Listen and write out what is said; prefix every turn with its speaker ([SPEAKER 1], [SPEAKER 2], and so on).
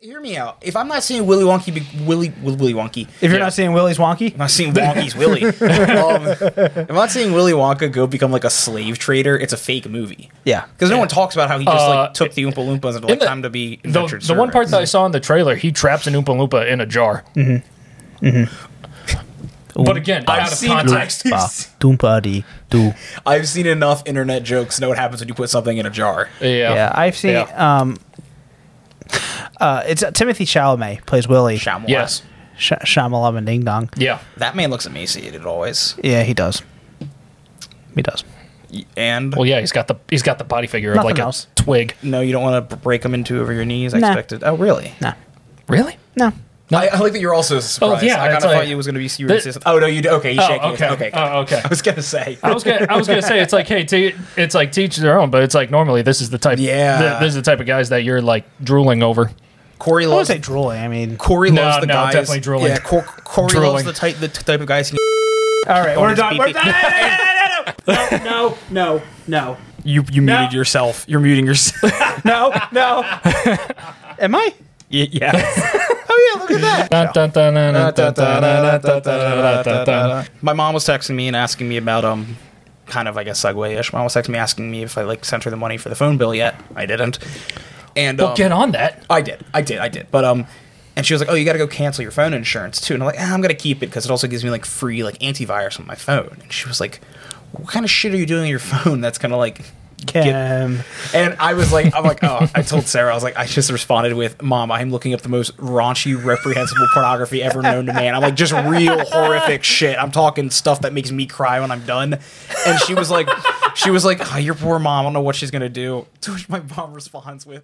[SPEAKER 1] Hear me out. If I'm not seeing Willy Wonky, be Willy Willy Wonky.
[SPEAKER 2] If you're
[SPEAKER 1] Yeah.
[SPEAKER 2] not seeing Willy's wonky,
[SPEAKER 1] I'm not seeing Wonky's Willy. Um, if I'm not seeing Willy Wonka go become like a slave trader. It's a fake movie.
[SPEAKER 2] yeah,
[SPEAKER 1] Because no one talks about how he just
[SPEAKER 3] Uh,
[SPEAKER 1] like took the Oompa Loompas and like
[SPEAKER 3] the-
[SPEAKER 1] time to be
[SPEAKER 3] The,
[SPEAKER 1] indentured
[SPEAKER 3] the one part
[SPEAKER 1] servants.
[SPEAKER 3] that I saw in the trailer, he traps an Oompa Loompa in a jar. Mm-hmm. But again, out of context.
[SPEAKER 2] Dumpadi Ah. do.
[SPEAKER 1] I've seen enough internet jokes to know what happens when you put something in a jar.
[SPEAKER 3] Yeah.
[SPEAKER 2] Yeah, I've seen.
[SPEAKER 3] Yeah.
[SPEAKER 2] Um, uh, it's uh, Timothy Chalamet plays Willy. Sh-
[SPEAKER 1] Shyamalan.
[SPEAKER 3] Yes.
[SPEAKER 2] Shyamalan and Ding Dong.
[SPEAKER 3] Yeah.
[SPEAKER 1] That man looks emaciated always.
[SPEAKER 2] Yeah, he does. He does.
[SPEAKER 1] And
[SPEAKER 3] Well, yeah, he's got the he's got the body figure
[SPEAKER 2] Nothing
[SPEAKER 3] of like
[SPEAKER 2] else.
[SPEAKER 3] a twig.
[SPEAKER 1] no, you don't want to break him in two over your knees. I
[SPEAKER 2] Nah.
[SPEAKER 1] expected. Oh, really?
[SPEAKER 2] No,
[SPEAKER 3] Really?
[SPEAKER 2] no.
[SPEAKER 1] I, I like that you're also surprised.
[SPEAKER 3] Oh, yeah,
[SPEAKER 1] I kind of
[SPEAKER 3] that's
[SPEAKER 1] thought
[SPEAKER 3] like-
[SPEAKER 1] you was going to be you
[SPEAKER 3] The-
[SPEAKER 1] were resistant. Oh no, you do. Okay, he's
[SPEAKER 3] Oh,
[SPEAKER 1] shaking. his-
[SPEAKER 3] okay.
[SPEAKER 1] okay.
[SPEAKER 3] Oh, okay.
[SPEAKER 1] I was going to say.
[SPEAKER 3] I was gonna, I was gonna say it's like hey t- it's like teach their own but it's like normally this is the type
[SPEAKER 1] Yeah.
[SPEAKER 3] th- this is the type of guys that you're like drooling over
[SPEAKER 1] Corey
[SPEAKER 2] I would
[SPEAKER 1] loves
[SPEAKER 2] say drooling. I mean,
[SPEAKER 1] Corey
[SPEAKER 3] No,
[SPEAKER 1] loves the
[SPEAKER 3] no,
[SPEAKER 1] guys.
[SPEAKER 3] definitely drooling.
[SPEAKER 1] Yeah, Cor- Corey
[SPEAKER 3] Drooling.
[SPEAKER 1] loves the type the type of guys. He-
[SPEAKER 2] all right, we're
[SPEAKER 1] it's
[SPEAKER 2] done. We're
[SPEAKER 1] beepy.
[SPEAKER 2] done. No, no, no, no,
[SPEAKER 1] you you
[SPEAKER 2] No.
[SPEAKER 1] muted yourself. You're muting yourself.
[SPEAKER 2] no, no. Am I?
[SPEAKER 1] Y- yeah.
[SPEAKER 2] Oh yeah, look at that.
[SPEAKER 1] My mom was texting me and asking me about um, kind of I guess segue ish. Mom was texting me asking me if I like sent her the money for the phone bill yet. I didn't. And
[SPEAKER 3] well
[SPEAKER 1] um,
[SPEAKER 3] get on that
[SPEAKER 1] I did. I did. I did. But um, and she was like, "Oh, you got to go cancel your phone insurance too." And I'm like, ah, "I'm gonna keep it because it also gives me like free like antivirus on my phone." And she was like, "What kind of shit are you doing on your phone? That's gonna like." Get,
[SPEAKER 2] Kim.
[SPEAKER 1] and I was like, I'm like, oh, I told Sarah, I was like, I just responded with, Mom, I'm looking up the most raunchy, reprehensible pornography ever known to man. I'm like, just real horrific shit. I'm talking stuff that makes me cry when I'm done. And "Ah, she was like, she was like, oh, your poor mom, I don't know what she's going to do. To which my mom responds with,